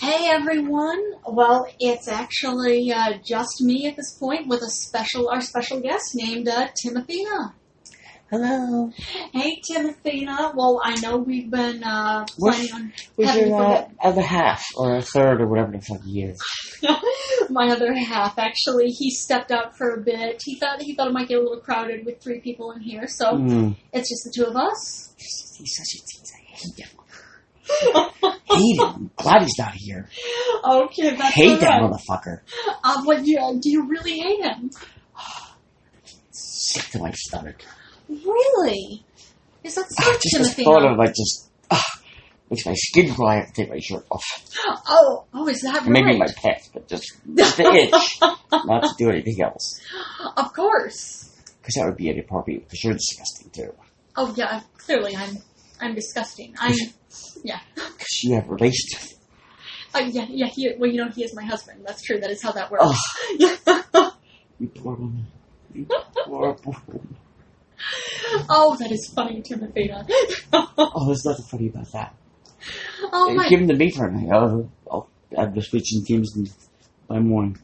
Hey everyone! Well, it's actually uh, just me at this point with a special, our special guest named uh, Timothina. Hello. Hey Timothina. Well, I know we've been uh, What's- planning Who's Happy your for uh, other half or a third or whatever the fuck he is? on my other half. Actually, he stepped out for a bit. He thought he thought it might get a little crowded with three people in here, so Mm. it's just the two of us. He's such a tease. I hate him. hate him. Glad he's not here. okay, that's hate all that right. motherfucker. Uh, what you, do you really hate him? Sick to my stomach. Really? Is that so, Ah, just this Timothina? thought of like just ah, makes my skin crawl. I have to take my shirt off. Oh, oh, is that Maybe right? my pants, but just the itch, not to do anything else, of course. because that would be inappropriate. Because you're disgusting too. Oh yeah, clearly I'm I'm disgusting. I'm Because you have relations. uh, yeah yeah he well you know he is my husband. That's true. That is how that works. Oh, you poor woman. You poor woman. oh, that is funny, Timothina. Oh, there's nothing funny about that. Oh Give my. him to me for a night. I'll, oh, I'll, I'll be switching teams in- by morning.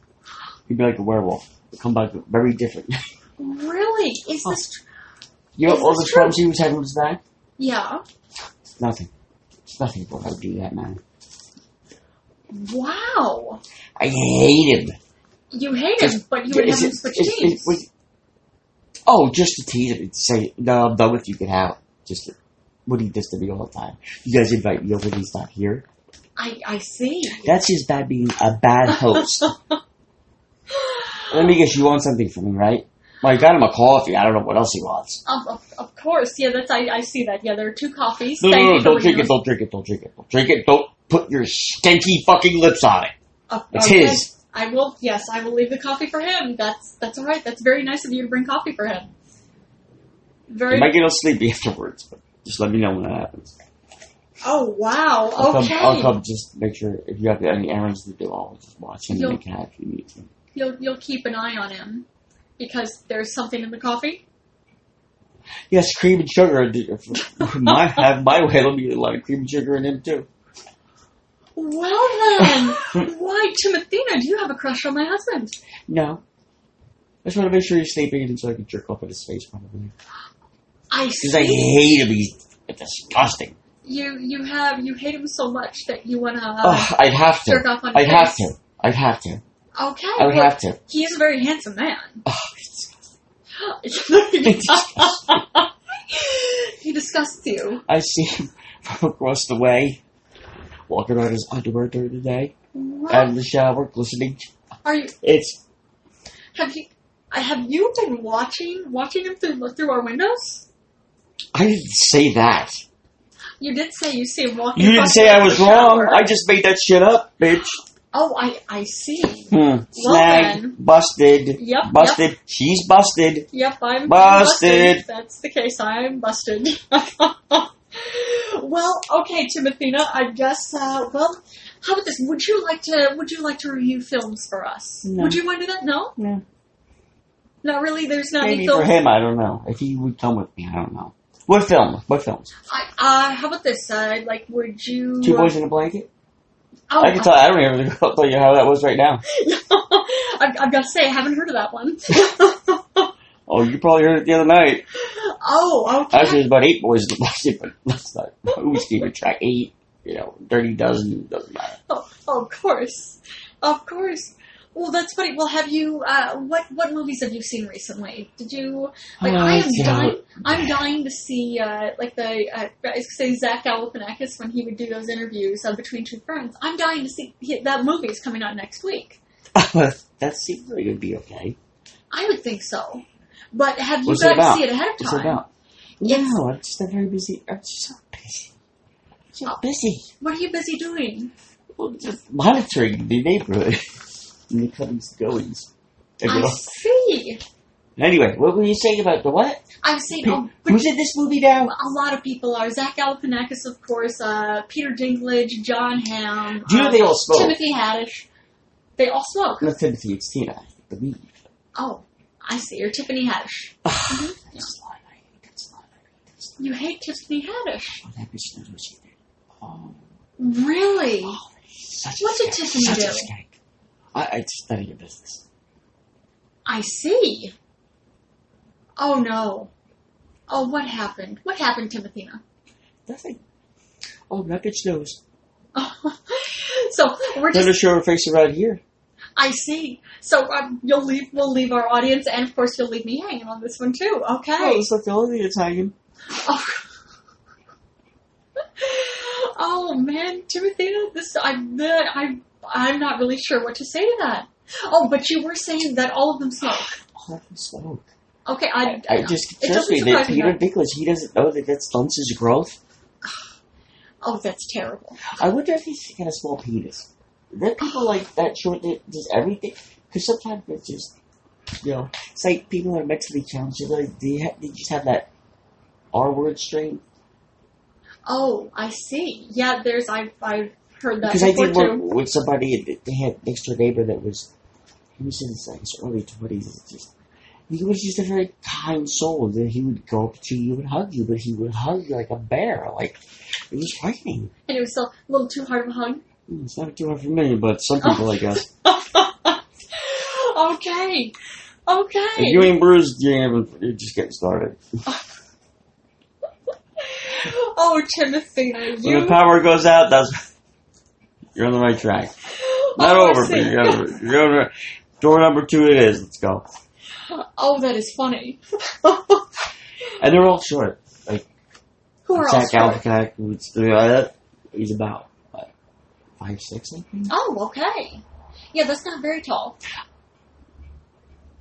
He'd be like a werewolf. He'd come back very different. Really? Is this? Tr- You know Is all this the true? problems he was having with that? yeah. It's nothing. It's nothing for how to do that, man. Wow. I hate him. You hate him, but you would have Is him it- switch is- is- teams. was- oh, just to tease him and say, no, I'm done with you, get out. Just what he does to me all the time. You guys invite me over and he's not here. I I see. That's just bad being a bad host. Let me guess, you want something from me, right? Well, I got him a coffee. I don't know what else he wants. Of, of, of course, yeah. That's I, I see that. Yeah, there are two coffees. No, Thank no, you no, for don't drink bringing it, don't drink it, don't drink it, don't drink it, don't put your stinky fucking lips on it. Oh, It's okay. his. I will. Yes, I will leave the coffee for him. That's that's all right. That's very nice of you to bring coffee for him. You Very. might get all sleepy afterwards, but just let me know when that happens. oh wow. I'll okay. come, I'll come just make sure if you have any errands to do, I'll just watch him and You'll- the cat if you need to. You'll you'll keep an eye on him because there's something in the coffee. Yes, cream and sugar. dude, If my, have my way, there'll be a lot of cream and sugar in him too. Well then, why, Timothina? Do you have a crush on my husband? No. I just want to make sure he's sleeping and so I can jerk off in his face probably. I Because I see. hate him, he's disgusting. You you have you hate him so much that you wanna uh, Ugh, I'd have jerk to. off on. I'd his have face. to. I'd have to. Okay. I would well, have to. He is a very handsome man. Ugh, it's he disgusts you. I see him from across the way, walking around his underwear during the day, What? out of the shower, glistening. Are you? It's Have you? I- Have you been watching watching him through through our windows? I didn't say that. You did say you see him walking. You didn't across say the I was shower. wrong. I just made that shit up, bitch. Oh, I I see. Hmm. then. Snagged, busted, Yep. Yep. busted. She's busted. Yep. I'm Busted. That's the case. I'm busted. well, okay, Timothina. I guess. Uh, well, how about this? Would you like to? Would you like to review films for us? No. Would you want to do that? No. No. Not really. There's not any Maybe for films. him, I don't know. If he would come with me, I don't know. What film? What films? I, uh, how about this? Uh, like, would you? uh, Two boys in a blanket. Oh, I can tell. I don't even I'll tell you how that was right now. I've, I've got to say, I haven't heard of that one. Oh, you probably heard it the other night. oh, okay. Actually, there's about eight boys in the basket, but that's not who's keeping track. Eight, you know, dirty dozen doesn't matter. Oh, oh, of course, of course. Well, that's funny. Well, have you? Uh, what what movies have you seen recently? Did you like? Oh, I am yeah. dying. I'm dying to see uh, like the uh, I was gonna say Zach Galifianakis when he would do those interviews uh, between two friends. I'm dying to see he, that movie is coming out next week. that seems like it would be okay. I would think so. But have you What's it got to about? see it ahead of What's it time? about? It's- No, I'm just a very busy. I'm just so busy. I'm so Oh. busy. What are you busy doing? Well, just monitoring the neighborhood and the comings and goings. I Everyone- see. Anyway, what were you saying about the what? I've seen oh, but Who's in this movie now? a lot of people are Zach Galifianakis, of course, uh, Peter Dinklage, John Hamm, Do you know uh, they all spoke? Timothy Haddish. They all smoke. Not Timothy, it's Tina, I believe. Oh, I see. You're Tiffany Haddish. That's a lot. I hate that slide. I hate that slide. You hate Tiffany Haddish, Oh, that bitch knows what she did. Oh, really? oh, He's such What a did skank, Tiffany such do? A skank. I, I just none of your business. I see. Oh no. Oh, what happened? What happened, Timothina? Nothing. Oh, that bitch knows. so we're Let just. her show her face around here. I see. So um, you'll leave. We'll leave our audience, and of course, you'll leave me hanging on this one too. Okay. Oh, it's not the only thing that's hanging. Oh, Oh, man, Timothina, this I'm that I'm I'm not really sure what to say to that. Oh, but you were saying that all of them smoke. Oh, that was smoke. Okay, I, I just it trust doesn't me surprise that me, Peter though. Dinklage he doesn't know that that stunts his growth. Oh, that's terrible. I wonder if he's got a small penis. There are people like that short that does everything because sometimes it's just you know it's like people that are mentally challenged. They like they, ha- they just have that R word strain. Oh, I see. Yeah, there's I've I've heard that Because I before did work too. with somebody, and they had next door neighbor that was, he was in his like, his early twenties. Just he was just a very kind soul. That he would go up to you and hug you, but he would hug you like a bear. Like it was frightening. And it was a little too hard of a hug. Mm, It's not too hard for me, but some people, I guess. okay. Okay. If you ain't bruised, you ain't even. You're just getting started. oh, Timothina, When you the power goes out, that's you're on the right track. Not Oh, I over, but see. you're on the- you're on the- door number two. It is. Let's go. Oh, that is funny. And they're all short. Who are all Jack screwed? Galifianakis, who's- uh, he's about what, five six, I think. Oh, okay. Yeah, that's not very tall.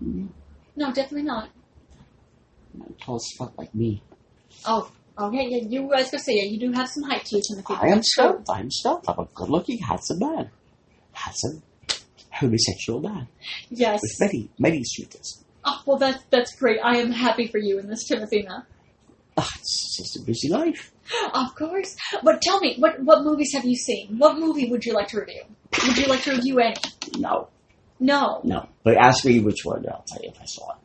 Mm-hmm. No, definitely not. Not tall as fuck like me. Oh, okay. Yeah, you. I was gonna say, yeah, you do have some height to you, Timothy. I am stout. I am stout. I'm a good-looking, handsome man. Handsome, homosexual man Yes. with many, many suitors. Oh, well, that's that's great. I am happy for you in this, Timothina. Ah, it's just a busy life. Of course. But tell me, what what movies have you seen? What movie would you like to review? Would you like to review any? No, No. no. But ask me which one, and I'll tell you if I saw it.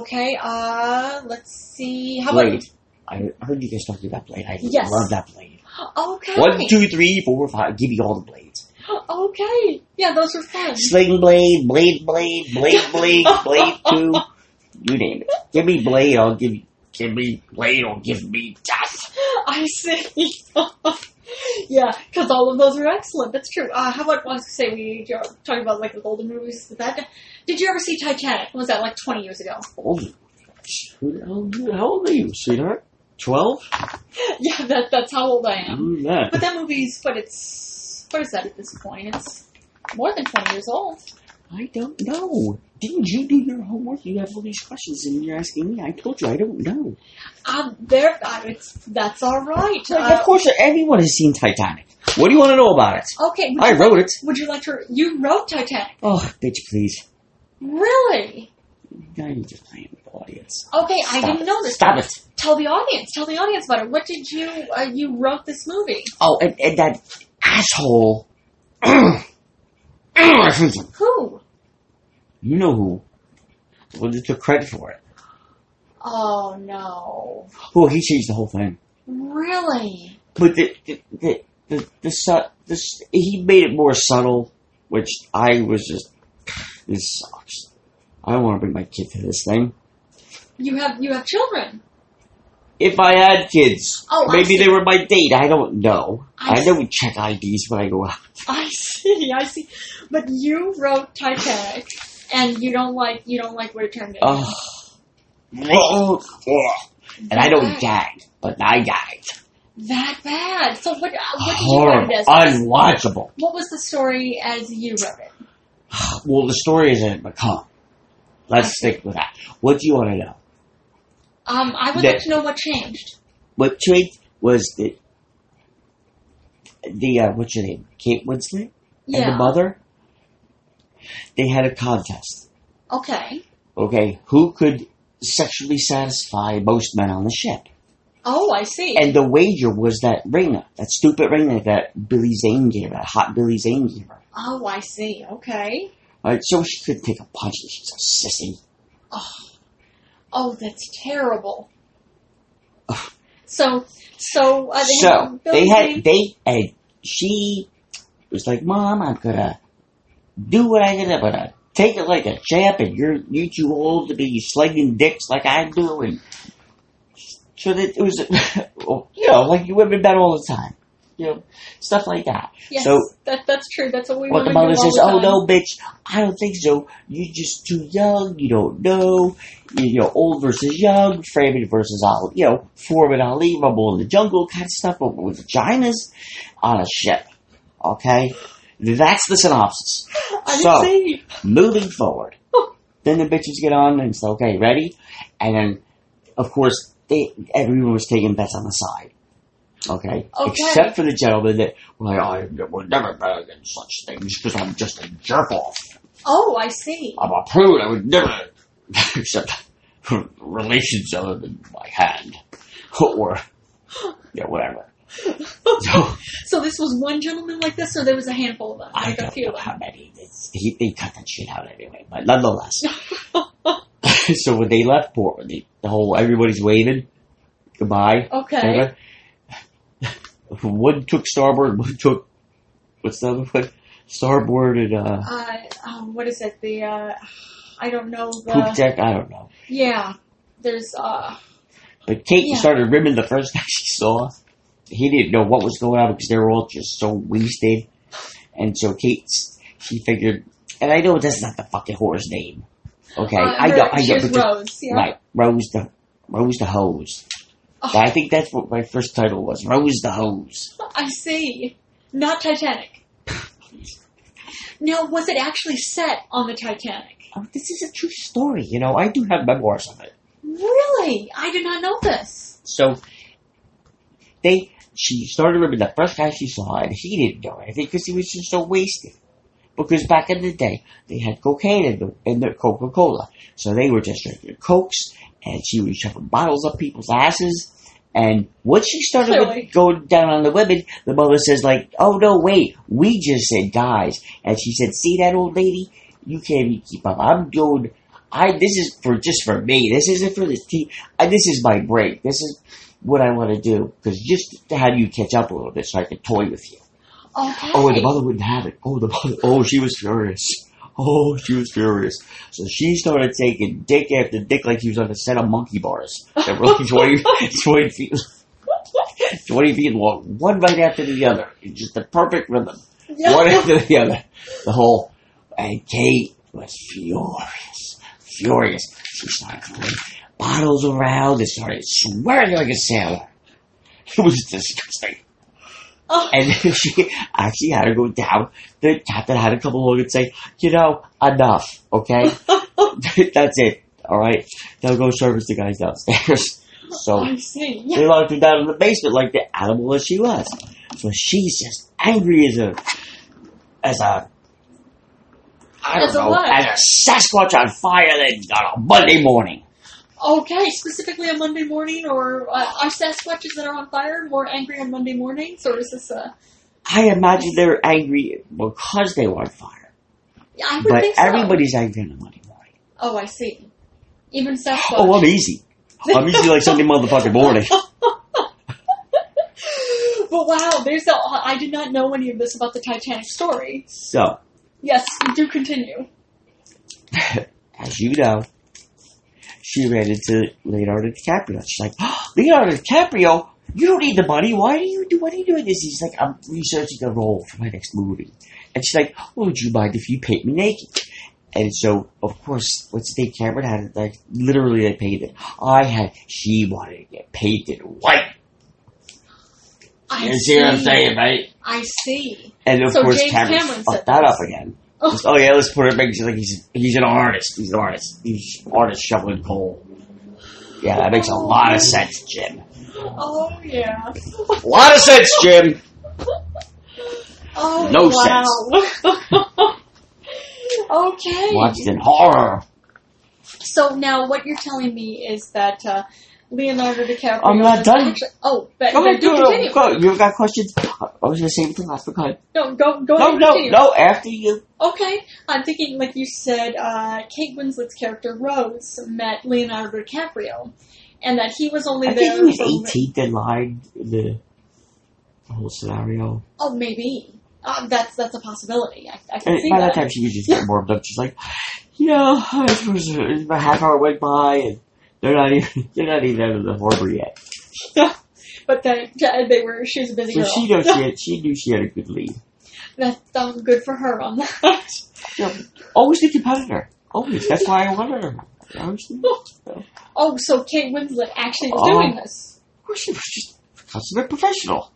Okay. Uh, let's see. How Blade. I heard you guys talking about Blade. I Yes. love that Blade. about? Okay. One, two, three, four, five. Give me all the blades. Okay. Yeah, those are fun. Sling Blade, Blade Blade, Blade Blade, Blade Two. You name it. Give me Blade, I'll give you. Give me Blade, or give me death. I see. yeah, because all of those are excellent. That's true. Uh, how about, I was going to say, we uh, talking about like the golden movies. Did That Did you ever see Titanic? Was that like 20 years ago? Oh, who the hell you- how old are you, sweetheart? Twelve? yeah, that, that's how old I am. I'm that. But that movie's, but it's, what is that at this point? It's more than 20 years old. I don't know. Didn't you do your homework? You have all these questions, and you're asking me. I told you I don't know. Um, there, uh, it's, that's all right. Like, of Uh, course, everyone has seen Titanic. What do you want to know about it? okay, would I you, wrote it. would you like to, you wrote Titanic. Oh, bitch, please. Really? Now you're just playing with the audience. Okay, I Stop didn't it. know this. Stop it. Tell the audience. Tell the audience about it. What did you, uh, you wrote this movie? Oh, and, and that asshole. you Who? know who. The one that took credit for it. Oh no. Well, he changed the whole thing. Really? But the the the the, the, su- the s- he made it more subtle, which I was just this sucks. I don't want to bring my kid to this thing. You have you have children. If I had kids, Oh, I maybe see. they were my date. I don't know. I I, see. don't check IDs when I go out. I see, I see. But you wrote Titanic and you don't like you don't like what it turned into. Ugh. Uh, And I don't gag, but I gagged. That bad. So what uh, what did you write Horrible, it as? unwatchable. what was the story as you wrote it? Well, the story is in it, but come on. Let's stick with that. What do you want to know? Um, I would That- like to know what changed. what changed was that the uh, what's her name, Kate Winslet, and the Yeah. mother. They had a contest. Okay. Okay, who could sexually satisfy most men on the ship? Oh, I see. And the wager was that ring, that stupid ring that, that Billy Zane gave her, that hot Billy Zane gave her. oh, I see. Okay. All right, so she couldn't take a punch. and She's a sissy. Oh, that's terrible. So uh, so uh, so Bill they Zane- had they and she was like, Mom, I'm gonna do what I can. I'm gonna take it like a champ, and you're you too old to be slinging dicks like I do. And so that it was, you know, like you women bet all the time, you know, stuff like that. Yes, So- that, that's true. That's what we What the women mother do all says, the "Oh time. no, bitch, I don't think so. You're just too young. You don't know. You know, old versus young, Freeman versus Ali. You know, Foreman Ali, Rumble in the Jungle kind of stuff, but with vaginas on a ship. Okay, that's the synopsis. I didn't So- say you- Moving forward, then the bitches get on and say, "Okay, ready?" And then, of course, they everyone was taking bets on the side. Okay? Okay. Except for the gentleman that, well, I would never bet against such things because I'm just a jerk off. Oh, I see. I'm a prude. I would never accept relations other than my hand or yeah, whatever. So So this was one gentleman like this, or there was a handful of them, I like a don't few know of them. how many. It's, he, they cut that shit out anyway, but nonetheless. so when they left Portland, they, the whole everybody's waving goodbye. Okay. whatever. One took starboard, one took what's the other one? Starboard and uh, Uh, oh, what is it? The uh, I don't know poop the deck. I don't know. yeah. There's uh But Kate Yeah. started rimming the first guy she saw. He didn't know what was going on because they were all just so wasted. And so Kate, s- she figured, and I know that's not the fucking whore's name. Okay, uh, I her- know, I she know, was but just- Rose. Yeah. right, Rose the Rose the hose. Oh. I think that's what my first title was, Rose the hose. I see. Not Titanic. Now, was it actually set on the Titanic? Oh, this is a true story, you know. I do have memoirs of it. Really? I did not know this. So they, she started rimming the first guy she saw, and he didn't know anything because he was just so wasted. Because back in the day, they had cocaine in, the, in their Coca Cola, so they were just drinking cokes, and she was shoving bottles up people's asses. And once she started Clearly. with going down on the women, the mother says like, "Oh no, wait, we just said guys," and she said, "See that old lady? You can't even keep up. I'm doing." I this is for just for me. This isn't for this team. I, this is my break. This is what I want to do because just to have you catch up a little bit so I can toy with you. Okay. Oh, and the mother wouldn't have it. Oh, the mother. Oh, she was furious. Oh, she was furious. So she started taking dick after dick like she was on a set of monkey bars that were like 20, 20 feet, 20 feet long, one right after the other. It's just the perfect rhythm, Yeah. one after the other. The whole. And Kate was furious, furious. She started throwing bottles around and started swearing like a sailor. It was disgusting. Oh, And then she actually had to go down. The captain had to come along and say, you know, enough, okay? That's it, alright? Now go service the guys downstairs. So I see. they locked her down in the basement like the animal that she was. So she's just angry as a, as a, I don't As a know, what? as a Sasquatch on fire that on a Monday morning. Okay, specifically on Monday morning, or uh, are Sasquatches that are on fire more angry on Monday mornings, or is this a? I imagine they're angry because they were on fire. Yeah, I would But think so. everybody's angry on a Monday morning. Oh, I see. Even Sasquatch. Oh, I'm easy. I'm easy like Sunday motherfucking morning. but wow, there's a. I did not know any of this about the Titanic story. So, Yes, do continue. as you know, she ran into Leonardo DiCaprio. She's like, "Oh, Leonardo DiCaprio, you don't need the money. Why do you do? What are you doing this? He's like, I'm researching a role for my next movie. And she's like, well, would you mind if you paint me naked? And so, of course, what's Dave Cameron had it like literally they painted. I had she wanted to get painted white. I You see. see what I'm saying, right? I see. And of So course, James Cameron, Cameron said fucked that this. up again. Oh. Just, oh yeah, let's put it back. She's like, he's he's an artist. He's an artist. He's an artist shoveling coal. Yeah, that makes a lot of sense, Jim. Oh yeah. A lot of sense, Jim. Oh No wow. okay. Watched in horror. So now, what you're telling me is that uh, Leonardo DiCaprio. I'm not was done. actually- oh, but, Go but ahead, do do continue. it. Go. You got questions? I was gonna say something. I forgot. No, go go ahead. No, and no, continue. no. After you. Okay, I'm thinking like you said, uh, Kate Winslet's character Rose met Leonardo DiCaprio, and that he was only I there. think he was for- 18th in line in the, the whole scenario. Oh, maybe. Uh, that's that's a possibility. I, I can And see by that. that time, she was just getting warmed up. She's like, "Yeah, I suppose uh, about half hour went by, and they're not even they're not even out of the harbor yet." But then yeah, they were she was a busy So girl. she knows she had, she knew she had a good lead. That's um, good for her on that. Always the competitor. Always. That's why I wanted her. Honestly, of oh, so Kate Winslet actually was Oh. doing this. course she was just a consummate professional.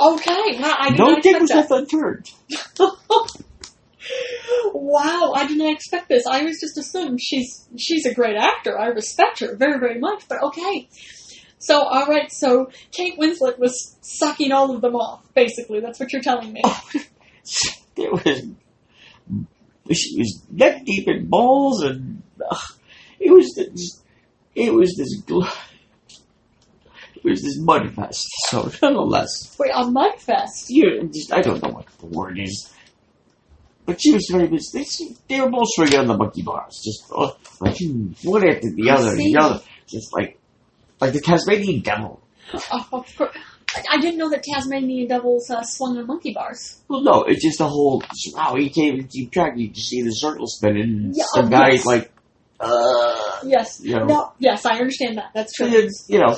Okay, wow, I did no not dick was expect left unturned. that. wow, I did not expect this. I was just assumed she's she's a great actor. I respect her very very much. But okay, so all right, so Kate Winslet was sucking all of them off. Basically, that's what you're telling me. It was. She was neck deep in balls, and uh, it was this. It was this. Gl- it was this mud fest. So nonetheless. Wait, a mud fest. you just, I don't know what the word is. But she was very busy. They, she- they were both swinging on the monkey bars, just uh, like one after the I other, and see. the other, just like like the Tasmanian devil. Oh, of course. I- I didn't know that Tasmanian devils uh, slung on monkey bars. Well, no, it's just the whole. Wow, you can't even keep track. You just see the circle spinning. and Yeah, some oh, guy's yes. like, uh, Yes. you know, No. Yes, I understand that. That's and true. then, you know.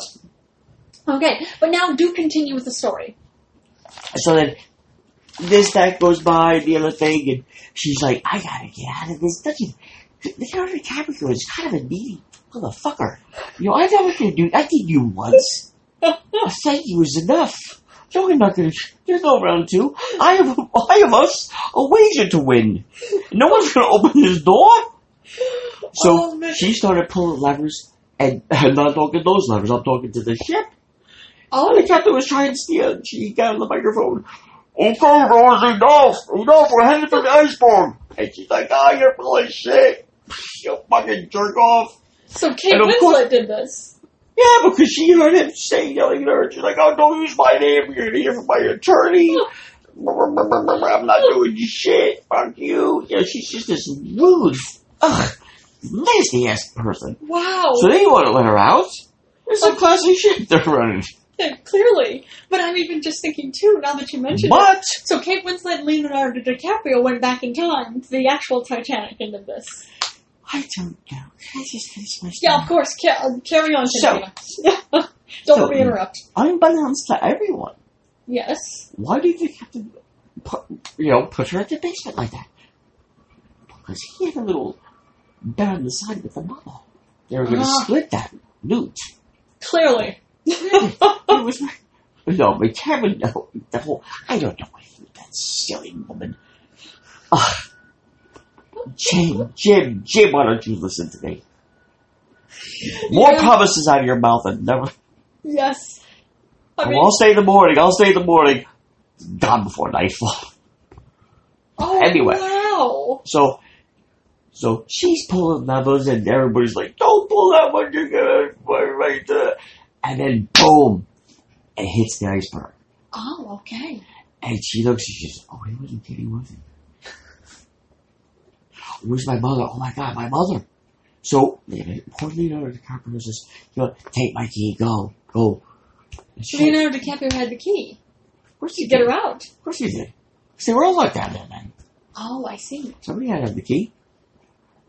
Okay, but now do continue with the story. So then this that goes by, the other thing, and she's like, I gotta get out of this dungeon. The Tower of Capricorn is kind of a needy motherfucker. You know, I never could do. I did you once. I thank you is enough. No, I'm not gonna. There's no round two. I have, I have us a wager to win. No one's gonna open this door. So Oh, no. she started pulling levers, and I'm not talking those levers. I'm talking to the ship. Oh, Oh, the captain was trying to steal. She got on the microphone. Okay, guys, enough, enough. We're headed for the iceberg. And she's like, "Ah, you're full of shit. You fucking jerk off." so Kate And of Winslet course- did this. Yeah, because she heard him say yelling at her. and She's like, "Oh, don't use my name. You're gonna hear from my attorney. I'm not doing shit. Fuck you." Yeah, she's just this rude, ugh, nasty ass person. Wow. So they want to let her out. It's some classic shit they're running. Yeah, Clearly. But I'm even just thinking, too, now that you mentioned it. But So Kate Winslet and Leonardo DiCaprio went back in time to the actual Titanic end of this. I don't know. Can I just finish my story? Yeah, of course. Ca- uh, carry on, So- Cynthia. so- Don't be interrupt. unbeknownst to everyone. Yes. Why did the captain, put, you know, put her in the basement like that? Because he had a little bet on the side with the mama. They were going to Ah. split that loot. Clearly. It was like, no, but Cameron, no, the whole, I don't know why he was that silly woman. Ugh. Jim, Jim, Jim, why don't you listen to me? More Yeah. promises out of your mouth than never. Yes. I I mean, will stay in the morning. I'll stay in the morning. Gone before nightfall. oh, anyway. wow. So, so she's pulling levers, and everybody's like, "Don't pull that one. You're gonna right, right there." And then boom, it hits the iceberg, Oh, okay. and she looks. and She says, "Oh, he wasn't kidding, was he?" Where's my mother? Oh my god, my mother! So, yeah, poor Leonardo DiCaprio says, "You know, take my key, go, go." And she- Leonardo DiCaprio had the key of course to he get did. her out. Of course he did. See, we're all like that, man. Oh, I see. Somebody had to have the key.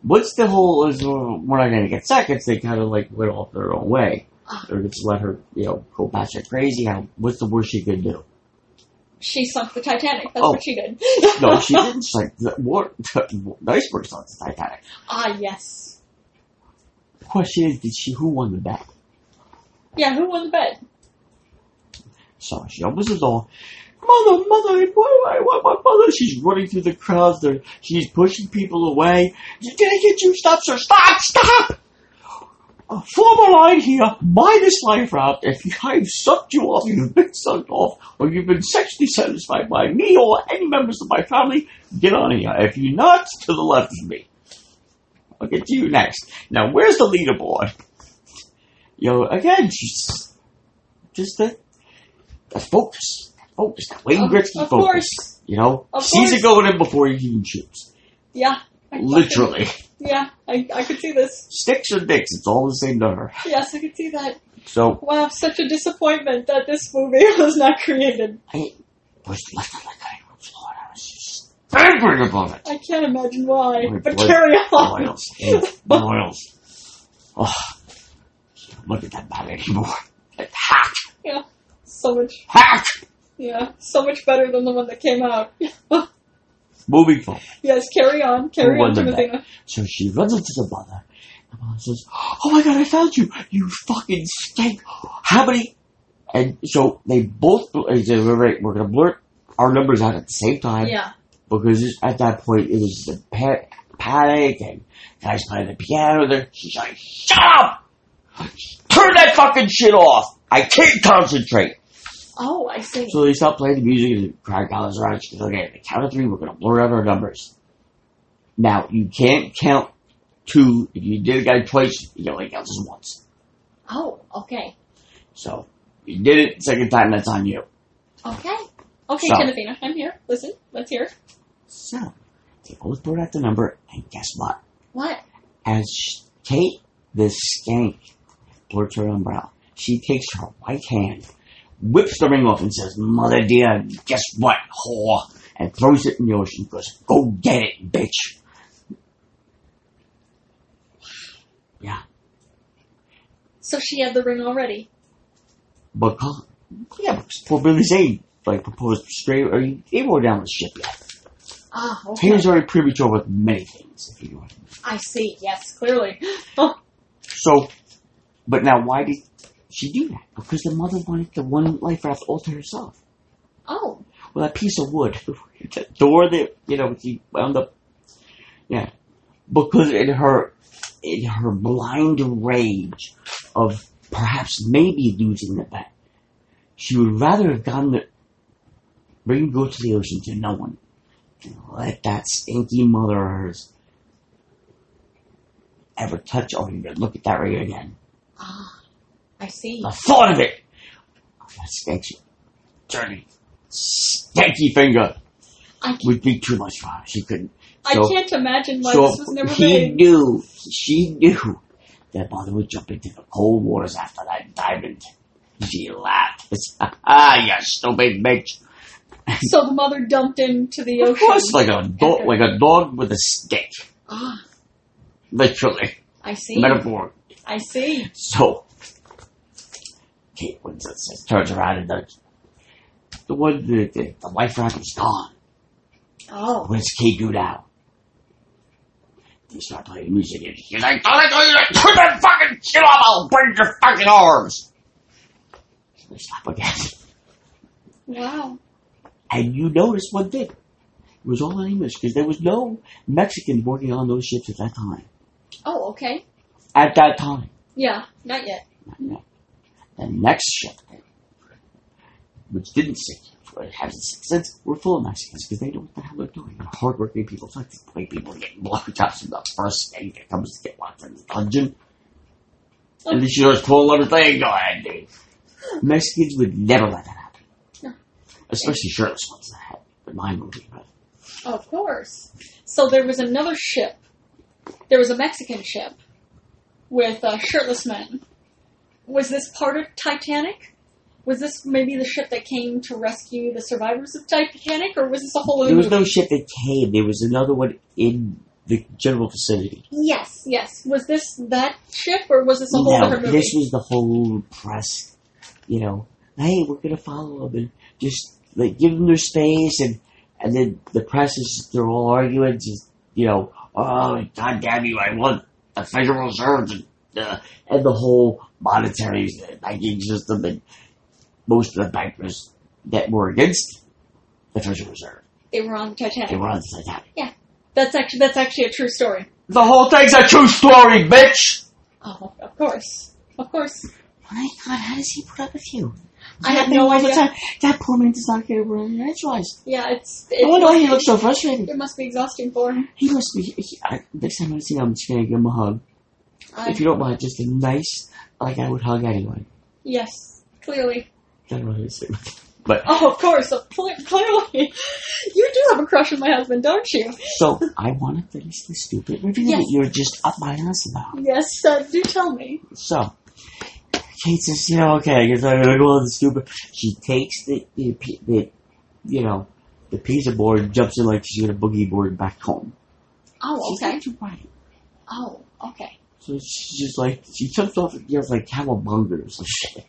What's the whole is uh, we're not gonna get seconds? They kind of like went off their own way, or just let her, you know, go batshit crazy. How, what's the worst she could do? She sunk the Titanic. That's Oh. what she did. No, she didn't. She's like the war, the iceberg's on the Titanic. ah, yes. The question is, did she who won the bet? Yeah, who won the bet? So she opens the door. Mother, mother, why, why, why, my mother? She's running through the crowds. There, she's pushing people away. Did I get you? Stop, sir! Stop! Stop! Uh, form a line here. Minus life out. If I've sucked you off, you've been sucked off, or you've been sexually satisfied by me or any members of my family. Get on here. If you're not, to the left of me. I'll get to you next. Now, where's the leaderboard? Yo, again, she's just a, a focus. Focus. Wayne Of- Gretzky of focus. course. You know? Of Sees course. it going in before he even shoots. Yeah. I- I could- Literally. yeah, I, I could see this. Sticks or dicks, it's all the same to her. Yes, I could see that. So, Wow, such a disappointment that this movie was not created. I, pushed left on the cutting room floor, and I was just angry about it. I can't imagine why, Wait, but what? carry on. Royals, hate Royals. Oh, look at that bad anymore. It's hot, So much, hot. yeah, so much better than the one that came out. Moving forward. yes, carry on, carry Who on, won the Timothy. So she runs up to the mother. The mother says, Oh my god, I found you! You fucking stink! How many? And so they both, they said, "We're right, we're gonna blurt our numbers out at the same time Yeah, because this- at that point it was just a pa- panic and guys playing the piano there. She's like, Shut up! Turn that fucking shit off! I can't concentrate! oh, I see. So they stop playing the music and cry dollars around. She goes, okay, at the count of three, we're going to blur out our numbers. Now, you can't count two. If you did a guy twice, you only count as once. Oh, okay, So, you did it second time, that's on you. okay, okay, So- Timothy, I'm here. Listen, let's hear. it. So, they both blurred out the number, and guess what? What? As sh- Kate, the skank, blurts her umbrella, she takes her right hand, whips the ring off, and says, Mother dear, guess what, whore? And throws it in the ocean. Goes, go get it, bitch. So she had the ring already. But uh, yeah, because poor Billy Zane like proposed straight or he he wore down the ship yet. Ah, He okay, was already premature with many things, if you know what I I mean. see. Yes, clearly. Oh. So but now why did she do that? Because the mother wanted the one life raft all to herself. Oh, Well that piece of wood. the door that you know she wound up Yeah. Because in her in her blind rage of perhaps maybe losing the bet, she would rather have gotten the ring go to the ocean to no one. and Let that stinky mother of hers ever touch or even look at that ring again. ah, I see. The thought of it! That stinky, dirty, stinky finger I can't, would be too much for her. She couldn't. I So- can't imagine why so this was never he made. knew, she knew that mother would jump into the cold waters after that diamond. She laughed. Ah, you stupid bitch. So the mother dumped into the Of ocean. course, like a dog, like a dog with a stick, Ah, literally, I see. metaphor. I see. So, Kate Winslet says, turns around and does. The one, the, the, the life raft is gone. Oh, Where's Kate go now? They start playing music and she's like, "Don't I tell you to turn that fucking shit off, I'll break your fucking arms! So they stop again. wow. And you notice one thing. It was all in English because there was no Mexicans working on those ships at that time. Oh, okay. At that time. Yeah, not yet. No. The next ship, which didn't sink, for it hasn't sunk since, were full of Mexicans because they know what the hell they're doing. They're hardworking people, fucking white people getting blowjobs from the first thing that comes to get locked in the dungeon. And then she goes, pull another thing, go ahead, dude. Mexicans would never let that happen. No. Especially shirtless ones that happened in my movie. But Of course. So there was another ship. There was a Mexican ship with uh, shirtless men. Was this part of Titanic? Was this maybe the ship that came to rescue the survivors of Titanic, or was this a whole other there was movie? no ship that came, there was another one in the general vicinity. yes, yes. Was this that ship, or was this a whole No, other movie? this was the whole press, you know. Hey, we're gonna follow them and just like give them their space, and and then the press is they're all arguing, just you know, oh god damn you, I want the Federal Reserve and the and the whole monetary banking system and most of the bankers that were against the Federal Reserve, they were on they Titanic. were on the Titanic. That's actually that's actually a true story. The whole thing's a true story, bitch. Oh, of course, of course. My God, how does he put up with you? I have That no thing all the idea. time. That poor man does not get over an edge rise. Yeah, it's. It, No wonder why he Oh, looks so frustrated. It must be exhausting for him. He must be. He, I, next time I see him, I'm just gonna give him a hug. I- if you don't mind, just a nice, like I would hug anyone. yes, clearly. Don't know what to say. Oh, of course, of cle- clearly. You do have a crush on my husband, don't you? So I want to finish the stupid review Yes. that you're just up my ass about. Yes, uh, do tell me. So Kate says, "Yeah, okay, I guess I'm gonna go on the stupid." She takes the the, the you know, the pizza board jumps in like she's gonna boogie board back home. Oh, She's okay. not too white. Oh, okay. So she's just like, she jumps off and yells like cowabunga or some shit.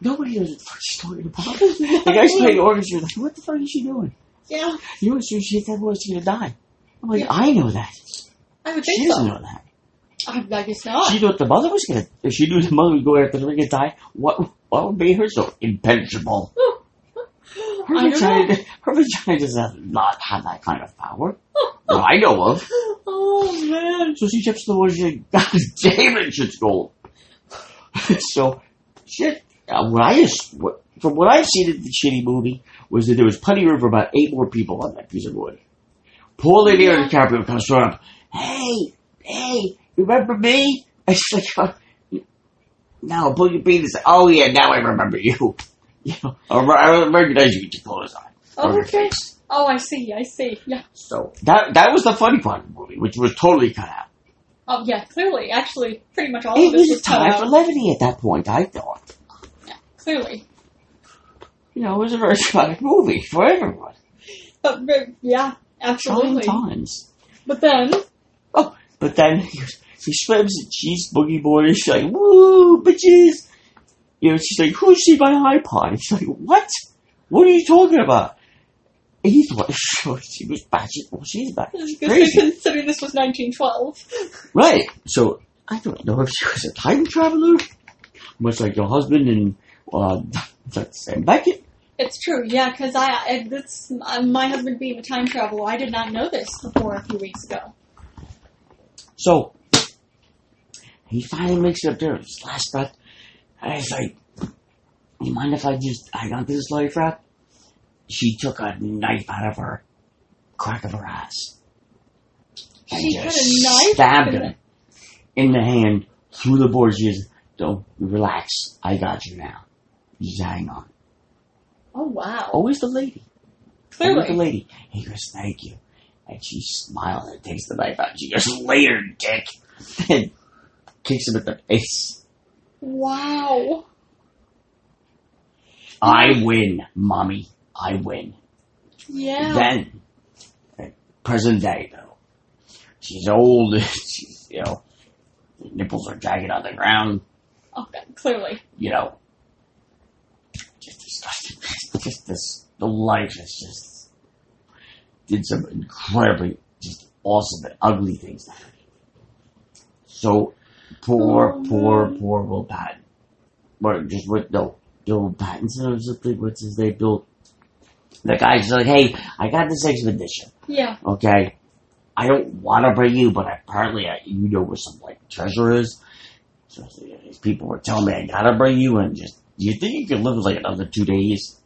Nobody knows what the fuck she's talking about. Like, I used to play the orchestra, like, what the fuck is she doing? yeah, You know, as soon as she hits that voice, she's gonna die. I'm like, Yeah. I know that. I would She think doesn't so. know that. I, I guess not. She knew what the mother was gonna, if she knew the mother was going after the ring and die, what, what would make her so impenetrable? Her I don't know. vagina, her vagina does not have that kind of power. that I know of. Oh man. So she chips the wood. She's like, God damn it, shit's gold. so, shit. Uh, what I what, from what I've seen in the shitty movie was that there was plenty of room for about eight more people on that piece of wood. Poor Leonardo Yeah. DiCaprio comes running up. Hey, hey, remember me? I she's like, "Uh, no, Boogie Bean is. Oh yeah, now I remember you. You know, I re- I recognize you with your clothes on. Oh, Or- okay. Oh, I see. I see. Yeah. So that that was the funny part of the movie, which was totally cut out. Oh, yeah. Clearly, actually, pretty much all of It Oh, this was was a cut time for out. levity at that point, I thought. Clearly, You know, it was a very exotic movie for everyone. but, but yeah, Trying absolutely. times. But then, But then he, he swims and she's boogie boarding. She's like, woo, bitches. You know, she's like, who see my iPod? And she's like, what? What are you talking about? And he thought she was batshit. Well, she's batshit. Crazy. considering this was 1912, Right. So I don't know if she was a time traveler, much like your husband and uh, Sam Beckett. it's true. Yeah, because I, I this uh, my husband being a time traveler, I did not know this before a few weeks ago. So he finally makes it up there, his last breath, and he's like, "You mind if I just hang on to this life raft?" She took a knife out of her crack of her ass. And She just had a knife stabbed in him in the hand through the board. She says, "Don't relax. I got you now. Just hang on." Oh wow! Always the lady. Always the Clearly, lady. He goes, "Thank you," and she smiles and takes the knife out. She goes, "Later, dick," and kicks him in the face. wow. I win, mommy. I win. Yeah. Then, at present day though, she's old. She's you know, the nipples are dragging on the ground. okay, clearly. You know, just disgusting. just this. The life is just did some incredibly just awesome and ugly things. to her. So poor, Oh, poor, man. poor Will Patton. Or just what? No, Bill Pattinson or something. What's his name? Bill. The guy's like, hey, I got this expedition. Yeah. Okay, I don't want to bring you, but apparently I, you know where some like treasure is. So I said, these people were telling me I gotta bring you, and just you think you could live like another two days?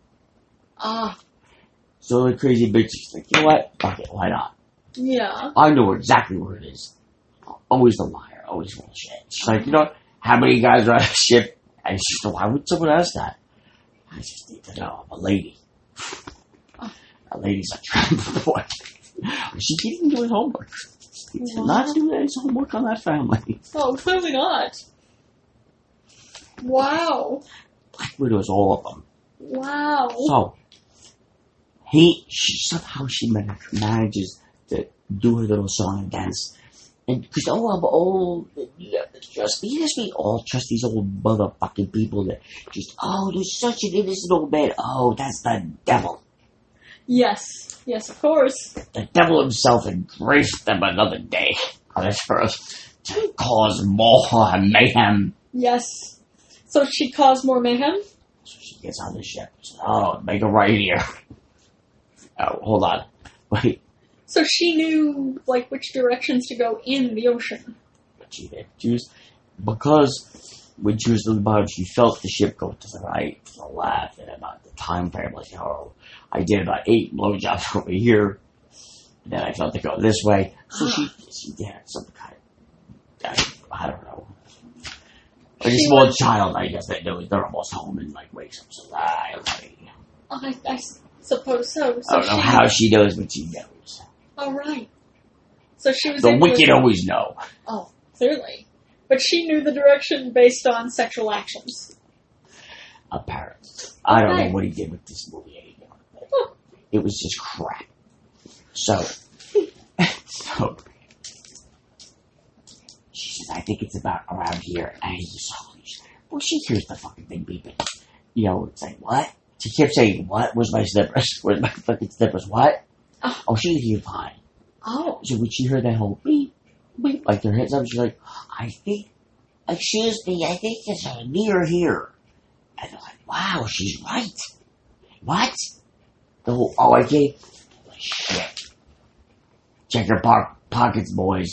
Ah. So the crazy bitch is like, you know what? Fuck it, why not? yeah. I know exactly where it is. Always the liar, always full of shit. She's like, you know, what? how many guys are on a ship? And she's like, why would someone ask that? I just need to know. I'm a lady. A lady's a tramp boy. She didn't do his homework. She did not do his homework on that family. Oh, clearly not. Wow. Black Widow's all of them. Wow. So, he, she, somehow she man- manages to do her little song and dance. And, because, oh, I'm old. yeah, Trust me, yes, we all trust these old motherfucking people that just, oh, there's such an innocent old man. Oh, that's the devil. Yes. Yes, of course. The devil himself embraced them another day Oh, on this earth to cause more mayhem. Yes. So she caused more mayhem? So she gets on the ship. She says, oh, make a right here. Oh, hold on. Wait. So she knew, like, which directions to go in the ocean. but she didn't choose because when she was on the bottom, she felt the ship go to the right, to the left, and about the time frame like, oh, I did about eight blowjobs over here, and then I felt it go this way. So she she did some kind of I don't know. Like a She small was- child, I guess, that knows they're almost home and like wakes up and says, "Ah, I'm ready." I, I s- suppose so. I so don't know she, how she knows, but she knows. All right. So she was The able to- wicked always know. Oh, clearly. But she knew the direction based on sexual actions. Apparently, I don't Okay. know what he did with this movie anymore. It was just crap. So, so she says, I think it's about around here. And he's just, holy shit. Well, she hears the fucking thing beeping. You know, it's like, what? She kept saying, what? Where's my slippers? Where's my fucking slippers? What? Oh. Oh, she could hear fine. Oh. So when she heard that whole beep, beep, like their heads up, she's like, I think, excuse me, I think it's a near here. And they're like, wow, she's right. What? The whole, oh, I gave, shit. Check your po- pockets, boys.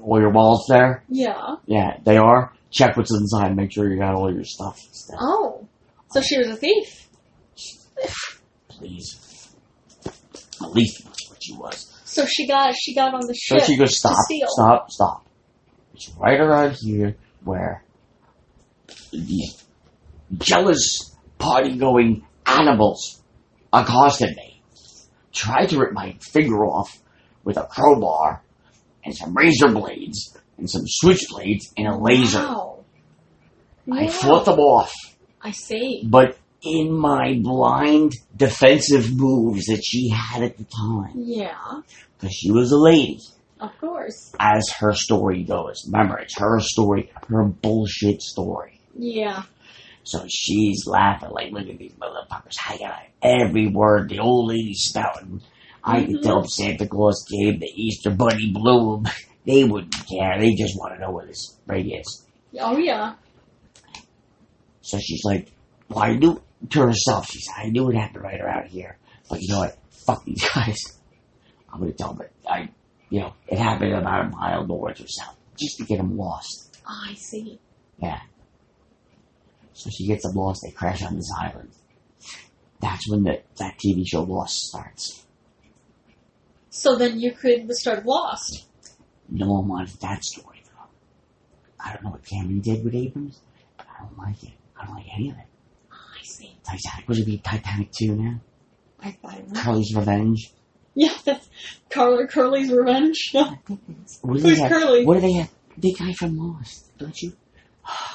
All your wallets there? Yeah. Yeah, they are. Check what's inside. Make sure you got all your stuff. and stuff. Oh. So she was a thief. Please. At least that's what she was. So she got she got on the So ship. she goes, stop, steal. stop, stop. It's right around here where the jealous party going animals accosted me. Tried to rip my finger off with a crowbar and some razor blades and some switchblades and a laser. Wow. I Wow. fought them off, I see. but in my blind defensive moves that she had at the time, Yeah. because she was a lady. Of course. as her story goes. Remember, it's her story, her bullshit story. Yeah. So she's laughing, like, look at these motherfuckers. I got every word the old lady's spouting. I could Mhm. tell Santa Claus gave the Easter Bunny bloom. They wouldn't care. They just want to know where this ring is. Oh yeah. So she's like, well, I knew to herself, she said, I knew it happened right around here. But you know what? Fuck these guys. I'm going to tell them. that I, you know, it happened about a mile north or south just to get them lost. I see. So she gets them lost. They crash on this island. That's when the, that TV show Lost starts. So then you created the start of Lost. No one wanted that story though. I don't know what Cameron did with Abrams, but I don't like it. I don't like any of it. I see. Titanic was it be Titanic two now? I thought it was. Curly's Revenge. Yeah, that's Carla Curly's revenge. What do they Who's have? Curly? What do they have? The guy from Lost, don't you?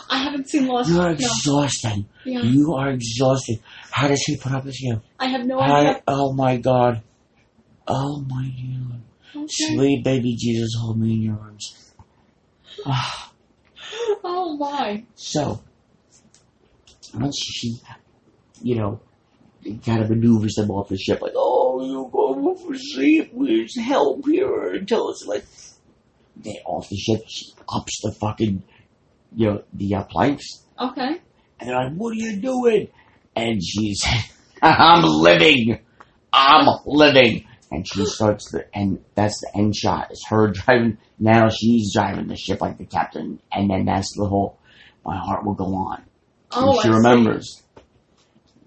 I haven't seen Lost. Mm. You are No. exhausting. Yeah. You are exhausted. How does he put up with you? I have no I, idea. oh my god. Oh my god. Okay. Sweet baby Jesus, hold me in your arms. Ah. Oh my. So, once she, you know, kind of maneuvers them off the ship, like, oh, you go overseas, we help here, and tell us, like, they off the ship, she ups the fucking, you know, the uh, planks, Okay. and they're like, what are you doing? And she's, I'm living! I'm living! And she starts the, and that's the end shot, is her driving, now she's driving the ship like the captain, and then that's the whole, my heart will go on. And Oh, she I see. remembers.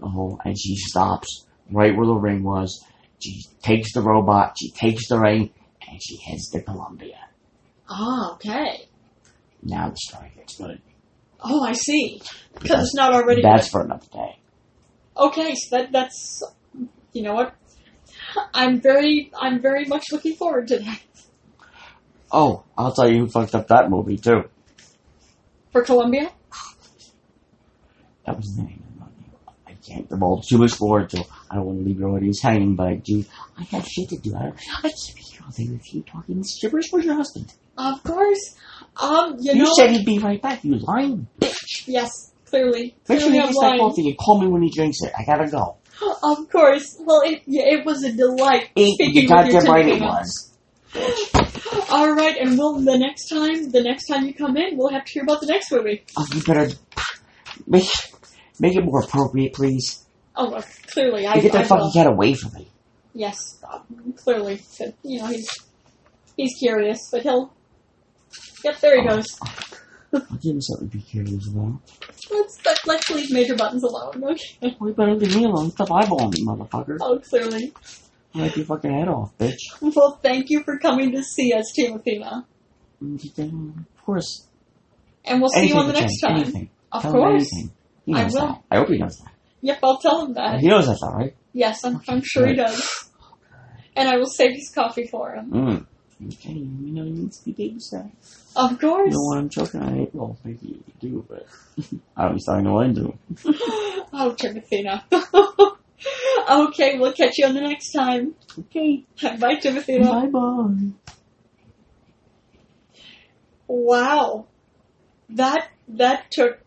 Oh, and she stops right where the ring was. She takes the robot, she takes the ring, and she heads to Columbia. Ah, okay. Now the story gets good. Oh, I see. Because That's, it's not already. that's for another day. Okay, so that that's you know what? I'm very I'm very much looking forward to that Oh, I'll tell you who fucked up that movie too. for Columbia. That was the name of the movie. I can't divulge too much more, so I don't want to leave your audience hanging, but I do. I got shit to do. I, I can't be here all day with you talking this gibberish. Where's your husband? Of course. Um, you, You know. said he'd be right back. You lying yes, clearly. Make sure Clearly you I'm gets that lying. coffee and call me when he drinks it. I gotta go. Of course. Well, it yeah, it was a delight. Eight, speaking you goddamn with you right it today. was. All right, and we'll the next time the next time you come in, we'll have to hear about the next movie. Oh, you better make make it more appropriate, please. Oh, well, clearly I, And get I that fucking will. cat away from me. Yes, um, clearly. So, you know he's he's curious, but he'll. Yep, there he Oh. goes. I'll give him something to be curious about. Let's let, let's leave major buttons alone. Okay. Well, you better leave me alone. Stop eyeballing me, motherfucker. Oh, clearly. I'll rip your fucking head off, bitch. Well, thank you for coming to see us, Timothyna. And Mm, you can- Of course. And we'll see anything you on the for next Jen, time. Anything. Of Tell him course. anything. He I knows will. Uh, that. I hope he knows that. Yep, I'll tell him that. He knows that's all right. Yes, I'm, I'm sure he does. And I will save his coffee for him. Mm. Okay, you know you need to be babysat. Of You course. know what I'm choking on? It. Well, maybe you do, but I don't starting to know what I do. oh, Timothyna. Okay, we'll catch you on the next time. Okay. Bye, Timothy. Bye bye. Wow. That that took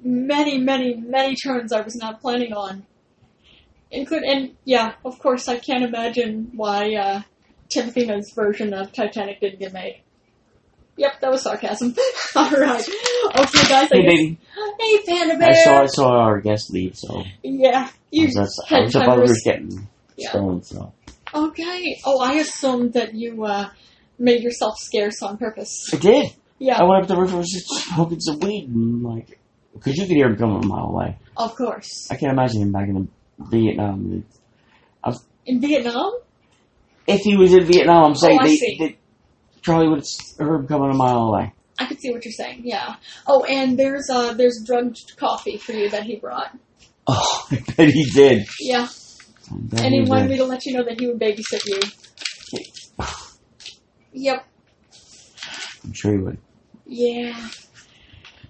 many, many, many turns I was not planning on. Include and yeah, of course I can't imagine why uh Timothy's version of Titanic didn't get made. Yep, that was sarcasm. Alright. Okay guys, I Hey, guess, baby. Hey Panda Bear I saw I saw our guest leave, so Yeah. I You was, that's, I had was about timers. to getting Yeah. stolen. So Okay. Oh I assumed that you uh made yourself scarce on purpose. I did. Yeah, I went up to the roof and was just smoking some weed and like, because you could hear him coming a mile away. of course. I can't imagine him back in the Vietnam. In Vietnam? If he was in Vietnam, I'm saying Oh, I they, see. they Charlie would have heard him coming a mile away. I could see what you're saying. Yeah. Oh, and there's uh there's drugged coffee for you that he brought. Oh, I bet he did. Yeah. I bet and he he wanted did. me to let you know that he would babysit you. Yep. I'm sure he would. Yeah.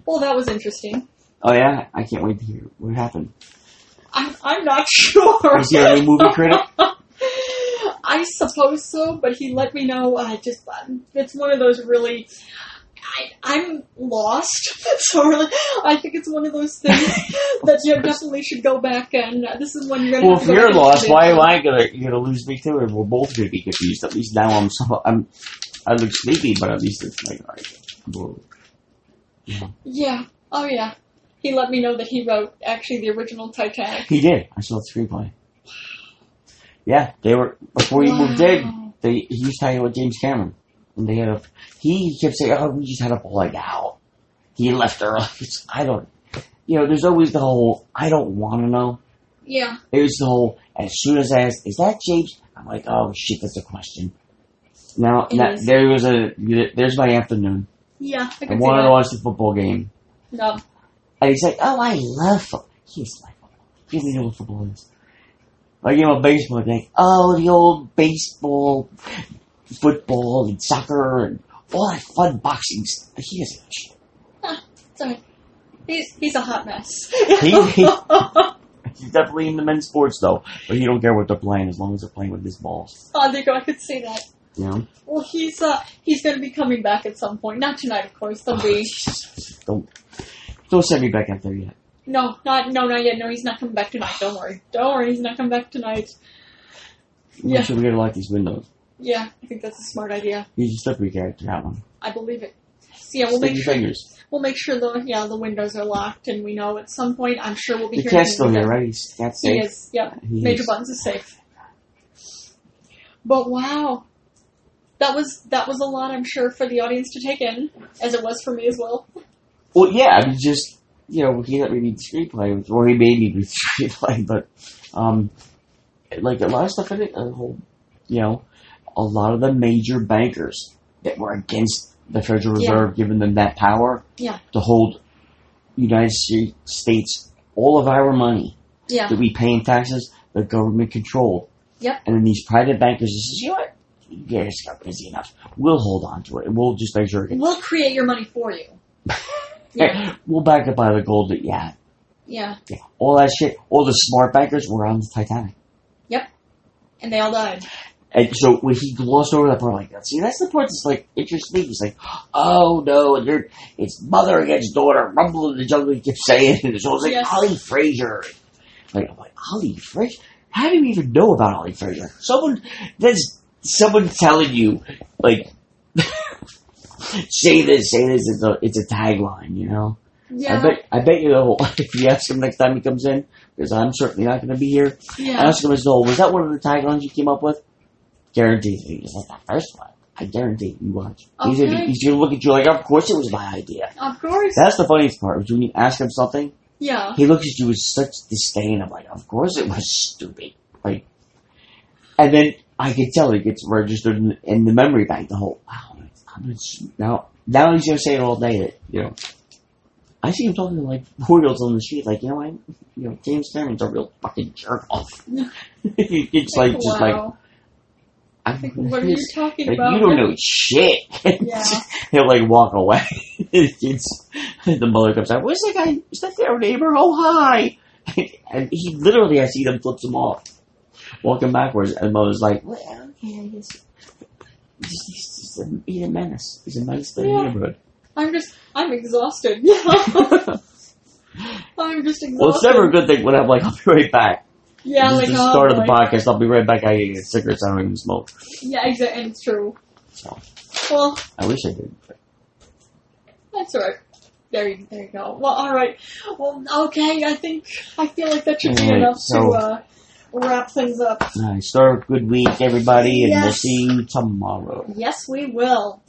Well, that was interesting. Oh yeah, I can't wait to hear what happened. I'm I'm not sure. Is he a movie critic? I suppose so, but he let me know. I just uh, it's one of those really. I, I'm lost, so I think it's one of those things that you definitely should go back and uh, this is one you're gonna. Well, have if to go you're back and lost, do. why am I gonna you're gonna lose me too? And we're both gonna be confused. At least now I'm so I'm I look sleepy, but at least it's like all right. Whoa. Yeah. Oh yeah. He let me know that he wrote actually the original Titanic. He did. I saw the screenplay. Yeah, they were before Oh, he moved in. Wow. They he was talking with James Cameron, and they had a he kept saying, "Oh, we just had a like out." He left early. It's, I don't, you know. There's always the whole I don't want to know. Yeah. It was the whole as soon as I asked, "Is that James?" I'm like, "Oh shit, that's a question." Now, It now is. there was a there's my afternoon. Yeah. I I can see wanted to that. watch the football game, No. and he's like, "Oh, I love football." He's like, "Give me know what football is." I gave him a baseball. he's Like, oh, the old baseball, football, and soccer, and all that fun boxing. stuff." He doesn't. know shit. Sorry. He's he's a hot mess. He- he- He's definitely into men's sports though, but he don't care what they're playing as long as they're playing with his balls. oh, there you go. I could see that. You know. Well, he's uh he's gonna be coming back at some point. Not tonight, of course. There'll be Don't don't send me back out there yet. no, not no, not yet. No, he's not coming back tonight. Don't worry. Don't worry. He's not coming back tonight. Make Yeah. sure we gotta lock these windows. Yeah, I think that's a smart idea. You just stuck your character out one. I believe it. So, yeah, we'll Stick make your sure fingers. we'll make sure the yeah the windows are locked, and we know at some point. I'm sure we'll be The hearing cat's still from here, them. right? He's cat's He safe. is. Yep. He Major is. Buttons is safe. But wow, that was that was a lot. I'm sure for the audience to take in, as it was for me as well. Well, yeah, I mean, just you know, he let me read the screenplay, which- or he made me read the screenplay, but um, like a lot of stuff in it, a whole, you know, a lot of the major bankers that were against the Federal Yeah. Reserve giving them that power, Yeah. to hold United Sta- States all of our money. Yeah. that we pay in taxes, the government controlled. Yep. And then these private bankers just says, you know what? You guys got busy enough. We'll hold on to it. We'll just make sure it gets. We'll create your money for you. Yeah. We'll back up by the gold that yeah, Yeah. yeah. All that shit. All the smart bankers were on the Titanic. And they all died. And so when he glossed over that part, like, see, that's the part that's like interesting. He's like, oh no, and they're, it's mother against daughter, rumble in the jungle. He kept saying, and it's always like Yes. Ollie Fraser. Like I'm like Ollie Fraser. How do you even know about Ollie Fraser? Someone that's someone telling you like say this, say this. It's a it's a tagline, you know. Yeah. I bet I bet you know if you ask him next time he comes in because I'm certainly not going to be here. yeah. I ask him as though was that one of the taglines you came up with? Guaranteed. He goes, that's the first one. I guarantee you watch. He's, gonna, Okay. he's gonna look at you like, of course it was my idea. of course. That's the funniest part. Is when you ask him something, yeah. he looks at you with such disdain. I'm like, of course it was stupid. Like, and then I can tell it gets registered in, in the memory bank. The whole wow. I'm gonna, s- now, now he's gonna say it all day. That you know, I see him talking to like four year olds on the street. Like, you know, I, you know, James Cameron's a real fucking jerk off. it's like just like wow. I'm Like, gonna- what are you talking like, about? you don't know shit. Yeah. He'll like walk away. it's, the mother comes out. Where's that guy? Is that their neighbor? Oh hi! and he literally, I see them flips him off. walking backwards, and Mo's like, well, okay, I guess. Just, he's, just a, he's a menace. He's a menace to the Yeah. neighborhood. I'm just, I'm exhausted. I'm just exhausted. Well, it's never a good thing when I'm like, I'll be right back. Yeah, this like, is the oh, start of the boy. podcast. I'll be right back. I get cigarettes. I don't even smoke. Yeah, exactly. It's true. So Well, I wish I did. that's alright. There you, there you go. Well, alright. Well, okay, I think, I feel like that should be Alright, enough so- to, uh, wrap things up. All right, start a good week, everybody, and we'll Yes. see you tomorrow. Yes, we will.